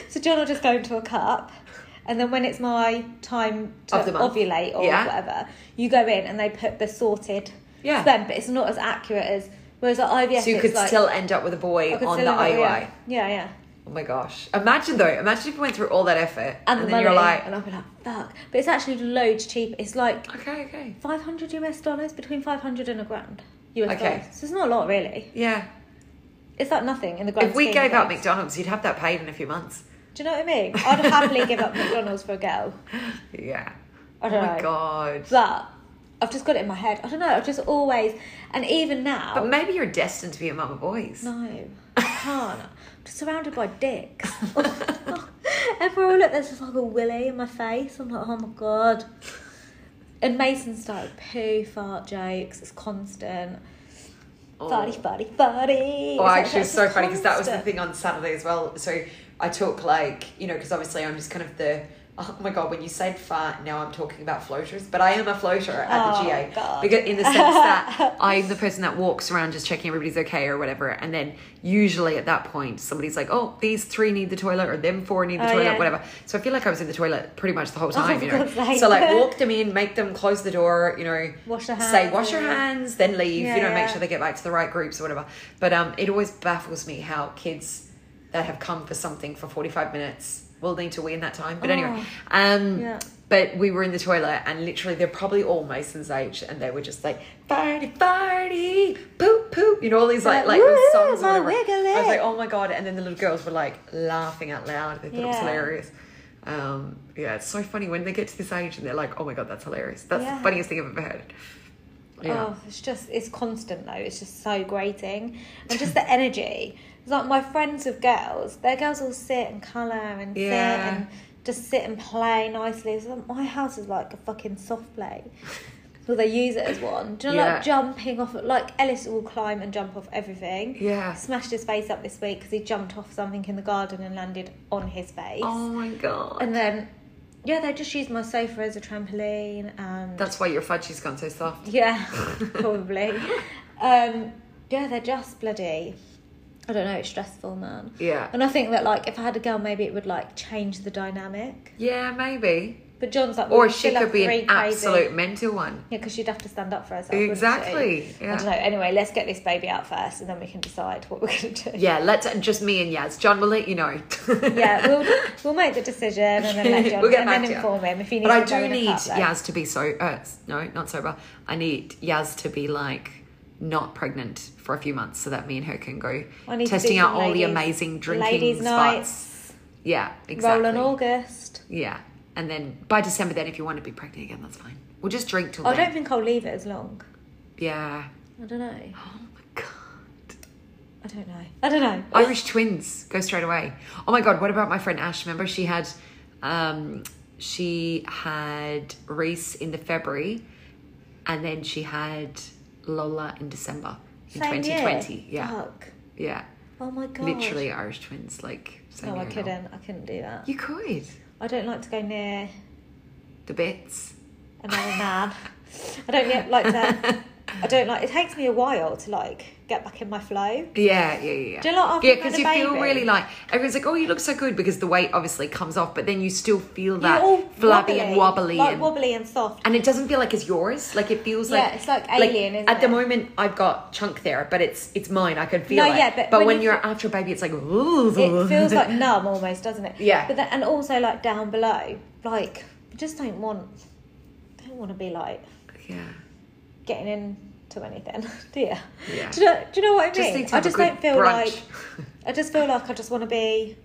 [SPEAKER 1] so John will just go into a cup, and then when it's my time to
[SPEAKER 3] Of the month.
[SPEAKER 1] ovulate or
[SPEAKER 3] Yeah.
[SPEAKER 1] whatever, you go in and they put the sorted
[SPEAKER 3] Yeah.
[SPEAKER 1] sperm, but it's not as accurate as whereas at IVF.
[SPEAKER 3] so you
[SPEAKER 1] it's
[SPEAKER 3] could
[SPEAKER 1] like,
[SPEAKER 3] still end up with a boy
[SPEAKER 1] I could
[SPEAKER 3] on the
[SPEAKER 1] still have it,
[SPEAKER 3] IUI.
[SPEAKER 1] yeah. Yeah, yeah.
[SPEAKER 3] Oh my gosh! Imagine though. Imagine if you went through all that effort
[SPEAKER 1] And,
[SPEAKER 3] and,
[SPEAKER 1] the
[SPEAKER 3] then
[SPEAKER 1] money,
[SPEAKER 3] you're like,
[SPEAKER 1] and I'll be like, fuck. But it's actually loads cheaper. It's like
[SPEAKER 3] okay, okay,
[SPEAKER 1] 500 US dollars, between 500 and a grand US
[SPEAKER 3] Okay.
[SPEAKER 1] dollars. So it's not a lot, really.
[SPEAKER 3] yeah.
[SPEAKER 1] It's like nothing in the grand
[SPEAKER 3] if we
[SPEAKER 1] scheme of
[SPEAKER 3] gave up
[SPEAKER 1] things.
[SPEAKER 3] McDonald's, you'd have that paid in a few months.
[SPEAKER 1] Do you know what I mean? I'd happily give up McDonald's for a girl.
[SPEAKER 3] Yeah.
[SPEAKER 1] I
[SPEAKER 3] oh
[SPEAKER 1] don't
[SPEAKER 3] my
[SPEAKER 1] know.
[SPEAKER 3] god.
[SPEAKER 1] But I've just got it in my head. I don't know. I've just always, and even now.
[SPEAKER 3] But maybe you're destined to be a mum of boys.
[SPEAKER 1] no, I can't. I'm just surrounded by dicks. and for all look, there's just like a willy in my face. I'm like, oh my god. And Mason started poo fart jokes. It's constant.
[SPEAKER 3] Oh.
[SPEAKER 1] Farty, farty, farty.
[SPEAKER 3] Oh,
[SPEAKER 1] It's like-
[SPEAKER 3] actually, it's
[SPEAKER 1] it's
[SPEAKER 3] so
[SPEAKER 1] just
[SPEAKER 3] funny because that was the
[SPEAKER 1] constant.
[SPEAKER 3] thing on Saturday as well. So I talk like, you know, because obviously I'm just kind of the, oh my God, when you said fart, now I'm talking about floaters, but I am a floater at
[SPEAKER 1] Oh,
[SPEAKER 3] the GA.
[SPEAKER 1] God.
[SPEAKER 3] Because in the sense that I'm the person that walks around just checking everybody's okay or whatever. And then usually at that point, somebody's like, oh, these three need the toilet or them four need the
[SPEAKER 1] Oh,
[SPEAKER 3] toilet,
[SPEAKER 1] yeah. Oh,
[SPEAKER 3] whatever. So I feel like I was in the toilet pretty much the whole time,
[SPEAKER 1] for
[SPEAKER 3] you know.
[SPEAKER 1] God's sake.
[SPEAKER 3] So like walk them in, make them close the door, you know,
[SPEAKER 1] Wash their
[SPEAKER 3] say
[SPEAKER 1] hands,
[SPEAKER 3] wash your
[SPEAKER 1] yeah.
[SPEAKER 3] hands, then leave,
[SPEAKER 1] Yeah,
[SPEAKER 3] you know,
[SPEAKER 1] yeah.
[SPEAKER 3] make sure they get back to the right groups or whatever. But um, it always baffles me how kids that have come for something for 45 minutes will need to wait in that time. But anyway,
[SPEAKER 1] Oh,
[SPEAKER 3] um,
[SPEAKER 1] Yeah.
[SPEAKER 3] but we were in the toilet and literally they're probably all Mason's age and they were just like, farty, farty, poop, poop, you know, all these like, like
[SPEAKER 1] Woo,
[SPEAKER 3] those songs or
[SPEAKER 1] my
[SPEAKER 3] whatever.
[SPEAKER 1] wiggle
[SPEAKER 3] I was like,
[SPEAKER 1] it.
[SPEAKER 3] oh my God. And then the little girls were like laughing out loud. They thought it was
[SPEAKER 1] Yeah.
[SPEAKER 3] hilarious. Um, yeah, it's so funny when they get to this age and they're like, oh my God, that's hilarious. That's
[SPEAKER 1] Yeah.
[SPEAKER 3] the funniest thing I've ever heard. Yeah.
[SPEAKER 1] Oh, it's just it's constant though. It's just so grating, and just the energy. It's like my friends with girls. Their girls all sit and colour and
[SPEAKER 3] Yeah.
[SPEAKER 1] sit and just sit and play nicely. So my house is like a fucking soft play. Well, they use it as one. Do you know,
[SPEAKER 3] Yeah.
[SPEAKER 1] like jumping off? Like Ellis will climb and jump off everything.
[SPEAKER 3] Yeah.
[SPEAKER 1] Smashed his face up this week because he jumped off something in the garden and landed on his face.
[SPEAKER 3] Oh my god.
[SPEAKER 1] And then, yeah, they just use my sofa as a trampoline and
[SPEAKER 3] That's why your fudgy's gone so soft.
[SPEAKER 1] yeah, probably. Um, yeah, they're just bloody. I don't know. It's stressful, man.
[SPEAKER 3] Yeah.
[SPEAKER 1] And I think that like if I had a girl, maybe it would like change the dynamic.
[SPEAKER 3] Yeah, maybe.
[SPEAKER 1] But John's like, well,
[SPEAKER 3] Or
[SPEAKER 1] you
[SPEAKER 3] she
[SPEAKER 1] still have
[SPEAKER 3] could be
[SPEAKER 1] three
[SPEAKER 3] an
[SPEAKER 1] crazy-
[SPEAKER 3] absolute mental one.
[SPEAKER 1] Yeah, because she'd have to stand up for herself. wouldn't she?
[SPEAKER 3] Exactly,
[SPEAKER 1] I
[SPEAKER 3] yeah.
[SPEAKER 1] don't know. Anyway, let's get this baby out first, and then we can decide what we're going to do.
[SPEAKER 3] Yeah, let's just me and Yaz. John, we'll let you know.
[SPEAKER 1] Yeah, we'll we'll make the decision and then let John
[SPEAKER 3] We'll get
[SPEAKER 1] and
[SPEAKER 3] back
[SPEAKER 1] then
[SPEAKER 3] to you.
[SPEAKER 1] inform him if he needs.
[SPEAKER 3] But I
[SPEAKER 1] to go
[SPEAKER 3] do
[SPEAKER 1] in a
[SPEAKER 3] need
[SPEAKER 1] cup, though.
[SPEAKER 3] Yaz to be so. Uh, s- no, not sober. I need Yaz to be like not pregnant for a few months so that me and her can go
[SPEAKER 1] I need to
[SPEAKER 3] testing
[SPEAKER 1] do
[SPEAKER 3] out
[SPEAKER 1] some
[SPEAKER 3] all the
[SPEAKER 1] ladies-
[SPEAKER 3] amazing drinking
[SPEAKER 1] ladies'
[SPEAKER 3] spots.
[SPEAKER 1] nights,
[SPEAKER 3] Yeah, exactly.
[SPEAKER 1] roll in August.
[SPEAKER 3] Yeah, and then by December, then if you want to be pregnant again, that's fine. We'll just drink till
[SPEAKER 1] I
[SPEAKER 3] then.
[SPEAKER 1] don't think I'll leave it as long.
[SPEAKER 3] Yeah.
[SPEAKER 1] I don't know.
[SPEAKER 3] Oh my god.
[SPEAKER 1] I don't know. I don't know.
[SPEAKER 3] Irish twins go straight away. Oh my god, what about my friend Ash? Remember she had um she had Reese in the February and then she had Lola in December in
[SPEAKER 1] Same
[SPEAKER 3] twenty
[SPEAKER 1] year.
[SPEAKER 3] twenty. Yeah.
[SPEAKER 1] Fuck.
[SPEAKER 3] Yeah.
[SPEAKER 1] Oh my god.
[SPEAKER 3] Literally Irish twins, like same
[SPEAKER 1] No, Oh, I
[SPEAKER 3] year and all.
[SPEAKER 1] couldn't. I couldn't do that.
[SPEAKER 3] You could.
[SPEAKER 1] I don't like to go near
[SPEAKER 3] The bits.
[SPEAKER 1] another man. I don't yet like to. I don't like. It takes me a while to like get back in my flow.
[SPEAKER 3] Yeah, yeah, yeah.
[SPEAKER 1] Do you know what, after
[SPEAKER 3] yeah,
[SPEAKER 1] you've
[SPEAKER 3] because
[SPEAKER 1] had
[SPEAKER 3] you
[SPEAKER 1] a
[SPEAKER 3] feel
[SPEAKER 1] baby-
[SPEAKER 3] really like everyone's like, "Oh, you look so good," because the weight obviously comes off, but then you still feel that
[SPEAKER 1] You're all
[SPEAKER 3] flabby and wobbly
[SPEAKER 1] like
[SPEAKER 3] and
[SPEAKER 1] wobbly and soft.
[SPEAKER 3] and it doesn't feel like it's yours. Like it feels
[SPEAKER 1] Yeah,
[SPEAKER 3] like
[SPEAKER 1] it's like alien, isn't
[SPEAKER 3] at the
[SPEAKER 1] it?
[SPEAKER 3] moment, I've got chunk there, but it's it's mine. I can feel
[SPEAKER 1] No,
[SPEAKER 3] it.
[SPEAKER 1] yeah, but
[SPEAKER 3] but
[SPEAKER 1] when
[SPEAKER 3] when,
[SPEAKER 1] you
[SPEAKER 3] you're after a baby, it's like ooh.
[SPEAKER 1] It feels like numb almost, doesn't it?
[SPEAKER 3] Yeah.
[SPEAKER 1] But then, and also like down below, like I just don't want, don't want to be like
[SPEAKER 3] yeah.
[SPEAKER 1] getting into anything, do you?
[SPEAKER 3] Yeah.
[SPEAKER 1] Do you know, do you know what I mean?
[SPEAKER 3] Just need to
[SPEAKER 1] I
[SPEAKER 3] have a
[SPEAKER 1] just
[SPEAKER 3] good
[SPEAKER 1] don't feel
[SPEAKER 3] brunch.
[SPEAKER 1] like. I just feel like I just want to be.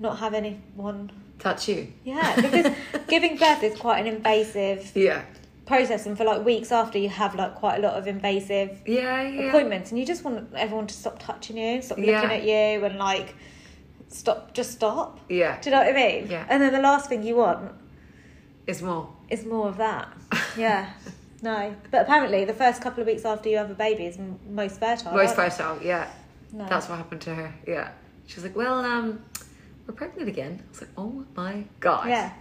[SPEAKER 1] Not have anyone.
[SPEAKER 3] Touch you.
[SPEAKER 1] Yeah, because giving birth is quite an invasive
[SPEAKER 3] Yeah.
[SPEAKER 1] process, and for like weeks after, you have like quite a lot of invasive
[SPEAKER 3] Yeah. Yeah.
[SPEAKER 1] appointments and you just want everyone to stop touching you stop
[SPEAKER 3] Yeah.
[SPEAKER 1] looking at you and like stop just stop
[SPEAKER 3] Yeah.
[SPEAKER 1] do you know what i mean
[SPEAKER 3] Yeah.
[SPEAKER 1] and then the last thing you want
[SPEAKER 3] It's more.
[SPEAKER 1] is more of that yeah no but apparently the first couple of weeks after you have a baby is m- most fertile
[SPEAKER 3] Most
[SPEAKER 1] aren't
[SPEAKER 3] fertile. Yeah.
[SPEAKER 1] they? no.
[SPEAKER 3] That's what happened to her. Yeah. She was like, well, um, we're pregnant again. I was like, oh my god.
[SPEAKER 1] yeah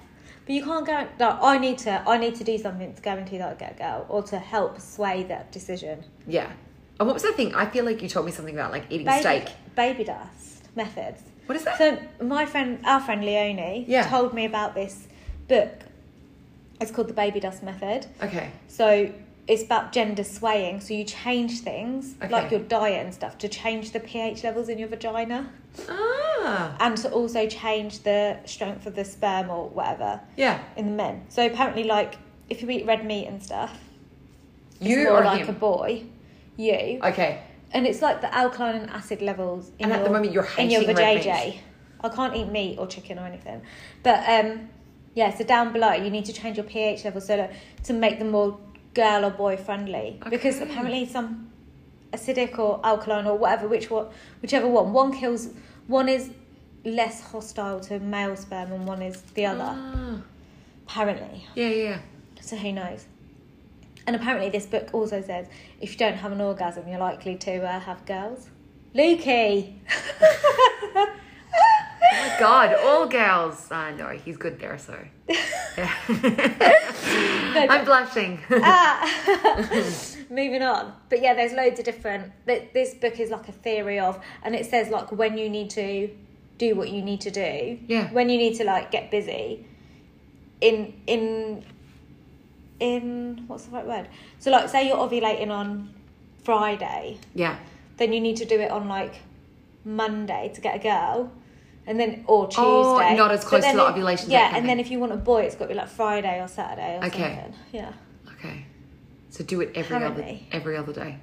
[SPEAKER 1] but you can't guarantee no, i need to i need to do something to guarantee that i get a girl or to help sway that decision
[SPEAKER 3] Yeah. And what was that thing? I feel like you told me something about like eating steak.
[SPEAKER 1] baby dust methods
[SPEAKER 3] What is that?
[SPEAKER 1] So my friend, our friend Leonie,
[SPEAKER 3] Yeah.
[SPEAKER 1] told me about this book. It's called the Baby Dust Method.
[SPEAKER 3] okay.
[SPEAKER 1] So it's about gender swaying. So you change things
[SPEAKER 3] Okay.
[SPEAKER 1] like your diet and stuff to change the pH levels in your vagina
[SPEAKER 3] Ah.
[SPEAKER 1] and to also change the strength of the sperm or whatever
[SPEAKER 3] Yeah.
[SPEAKER 1] in the men. So apparently, like if you eat red meat and stuff, it's
[SPEAKER 3] You
[SPEAKER 1] more
[SPEAKER 3] or
[SPEAKER 1] like a
[SPEAKER 3] him?
[SPEAKER 1] boy. You
[SPEAKER 3] Okay.
[SPEAKER 1] and it's like the alkaline and acid levels in
[SPEAKER 3] And
[SPEAKER 1] your,
[SPEAKER 3] at the moment you're
[SPEAKER 1] in your
[SPEAKER 3] hating red
[SPEAKER 1] vajayjay. I can't eat meat or chicken or anything, but um, yeah. So down below, you need to change your pH level so that, to make them more girl or boy friendly because
[SPEAKER 3] Okay.
[SPEAKER 1] apparently some acidic or alkaline or whatever, which what whichever one, one kills one is less hostile to male sperm and one is the other.
[SPEAKER 3] Ah.
[SPEAKER 1] Apparently,
[SPEAKER 3] Yeah, yeah, yeah.
[SPEAKER 1] so who knows? And apparently, this book also says if you don't have an orgasm, you're likely to uh, have girls. Lukey!
[SPEAKER 3] Oh my God, all girls. I know he's good there, so. Yeah. I'm blushing.
[SPEAKER 1] ah. Moving on. But yeah, there's loads of different. th- This book is like a theory of, and it says like when you need to do what you need to do.
[SPEAKER 3] Yeah.
[SPEAKER 1] When you need to like get busy. In in in what's the right word? So like, say you're ovulating on Friday.
[SPEAKER 3] yeah,
[SPEAKER 1] then you need to do it on like Monday to get a girl, and then or Tuesday.
[SPEAKER 3] Oh, not as
[SPEAKER 1] But
[SPEAKER 3] close to
[SPEAKER 1] then
[SPEAKER 3] the
[SPEAKER 1] if-
[SPEAKER 3] ovulation date
[SPEAKER 1] Yeah, and
[SPEAKER 3] coming.
[SPEAKER 1] then if you want a boy, it's got to be like Friday or Saturday or
[SPEAKER 3] Okay.
[SPEAKER 1] something. Yeah.
[SPEAKER 3] okay. So do it every other
[SPEAKER 1] Apparently.
[SPEAKER 3] every other day.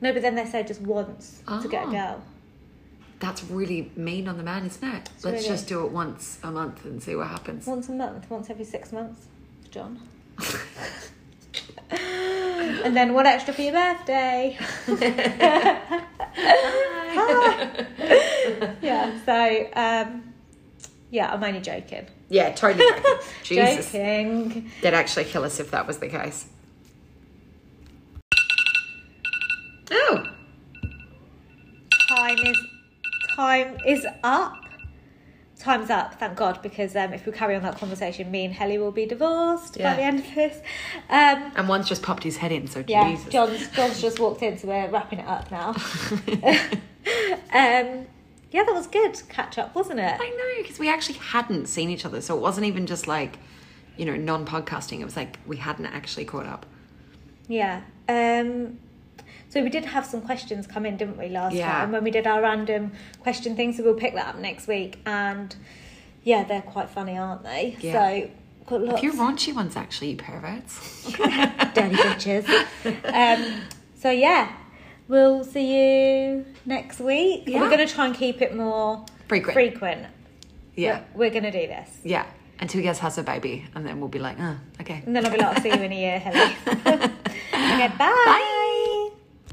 [SPEAKER 1] No, but then they say just once to get a
[SPEAKER 3] Oh.
[SPEAKER 1] girl.
[SPEAKER 3] That's really mean on the man, isn't it? Let's
[SPEAKER 1] really-
[SPEAKER 3] just do it once a month and see what happens.
[SPEAKER 1] Once a month, once every six months, John. and then one extra for your birthday. Hi. yeah. So, um, yeah, I'm only joking.
[SPEAKER 3] Yeah, totally. joking. Jesus,
[SPEAKER 1] Joking.
[SPEAKER 3] they'd actually kill us if that was the case. Oh,
[SPEAKER 1] time is time is up. Time's up, thank God, because um, if we carry on that conversation, me and Helly will be divorced by
[SPEAKER 3] Yeah.
[SPEAKER 1] the end of this. Um,
[SPEAKER 3] and one's just popped his head in. So
[SPEAKER 1] yeah,
[SPEAKER 3] Jesus.
[SPEAKER 1] John's John's just walked in, so we're wrapping it up now. um, Yeah, that was good catch up, wasn't it?
[SPEAKER 3] I know because we actually hadn't seen each other, so it wasn't even just like, you know, non-podcasting. It was like we hadn't actually caught up.
[SPEAKER 1] Yeah. Um, so we did have some questions come in, didn't we, last
[SPEAKER 3] Yeah.
[SPEAKER 1] time when we did our random question thing? So we'll pick that up next week. And yeah, they're quite funny, aren't they?
[SPEAKER 3] Yeah.
[SPEAKER 1] So got
[SPEAKER 3] A
[SPEAKER 1] lots
[SPEAKER 3] few
[SPEAKER 1] of
[SPEAKER 3] raunchy ones, actually, you perverts.
[SPEAKER 1] dirty bitches. um, so yeah, we'll see you next week.
[SPEAKER 3] Yeah.
[SPEAKER 1] We're going to try and keep it more
[SPEAKER 3] Frequent.
[SPEAKER 1] frequent.
[SPEAKER 3] Yeah,
[SPEAKER 1] We're, going to do this.
[SPEAKER 3] yeah. Until he guys has a baby, and then we'll be like, oh, okay.
[SPEAKER 1] And then I'll be like, I'll see you in a year, Helly. okay, bye.
[SPEAKER 3] Bye.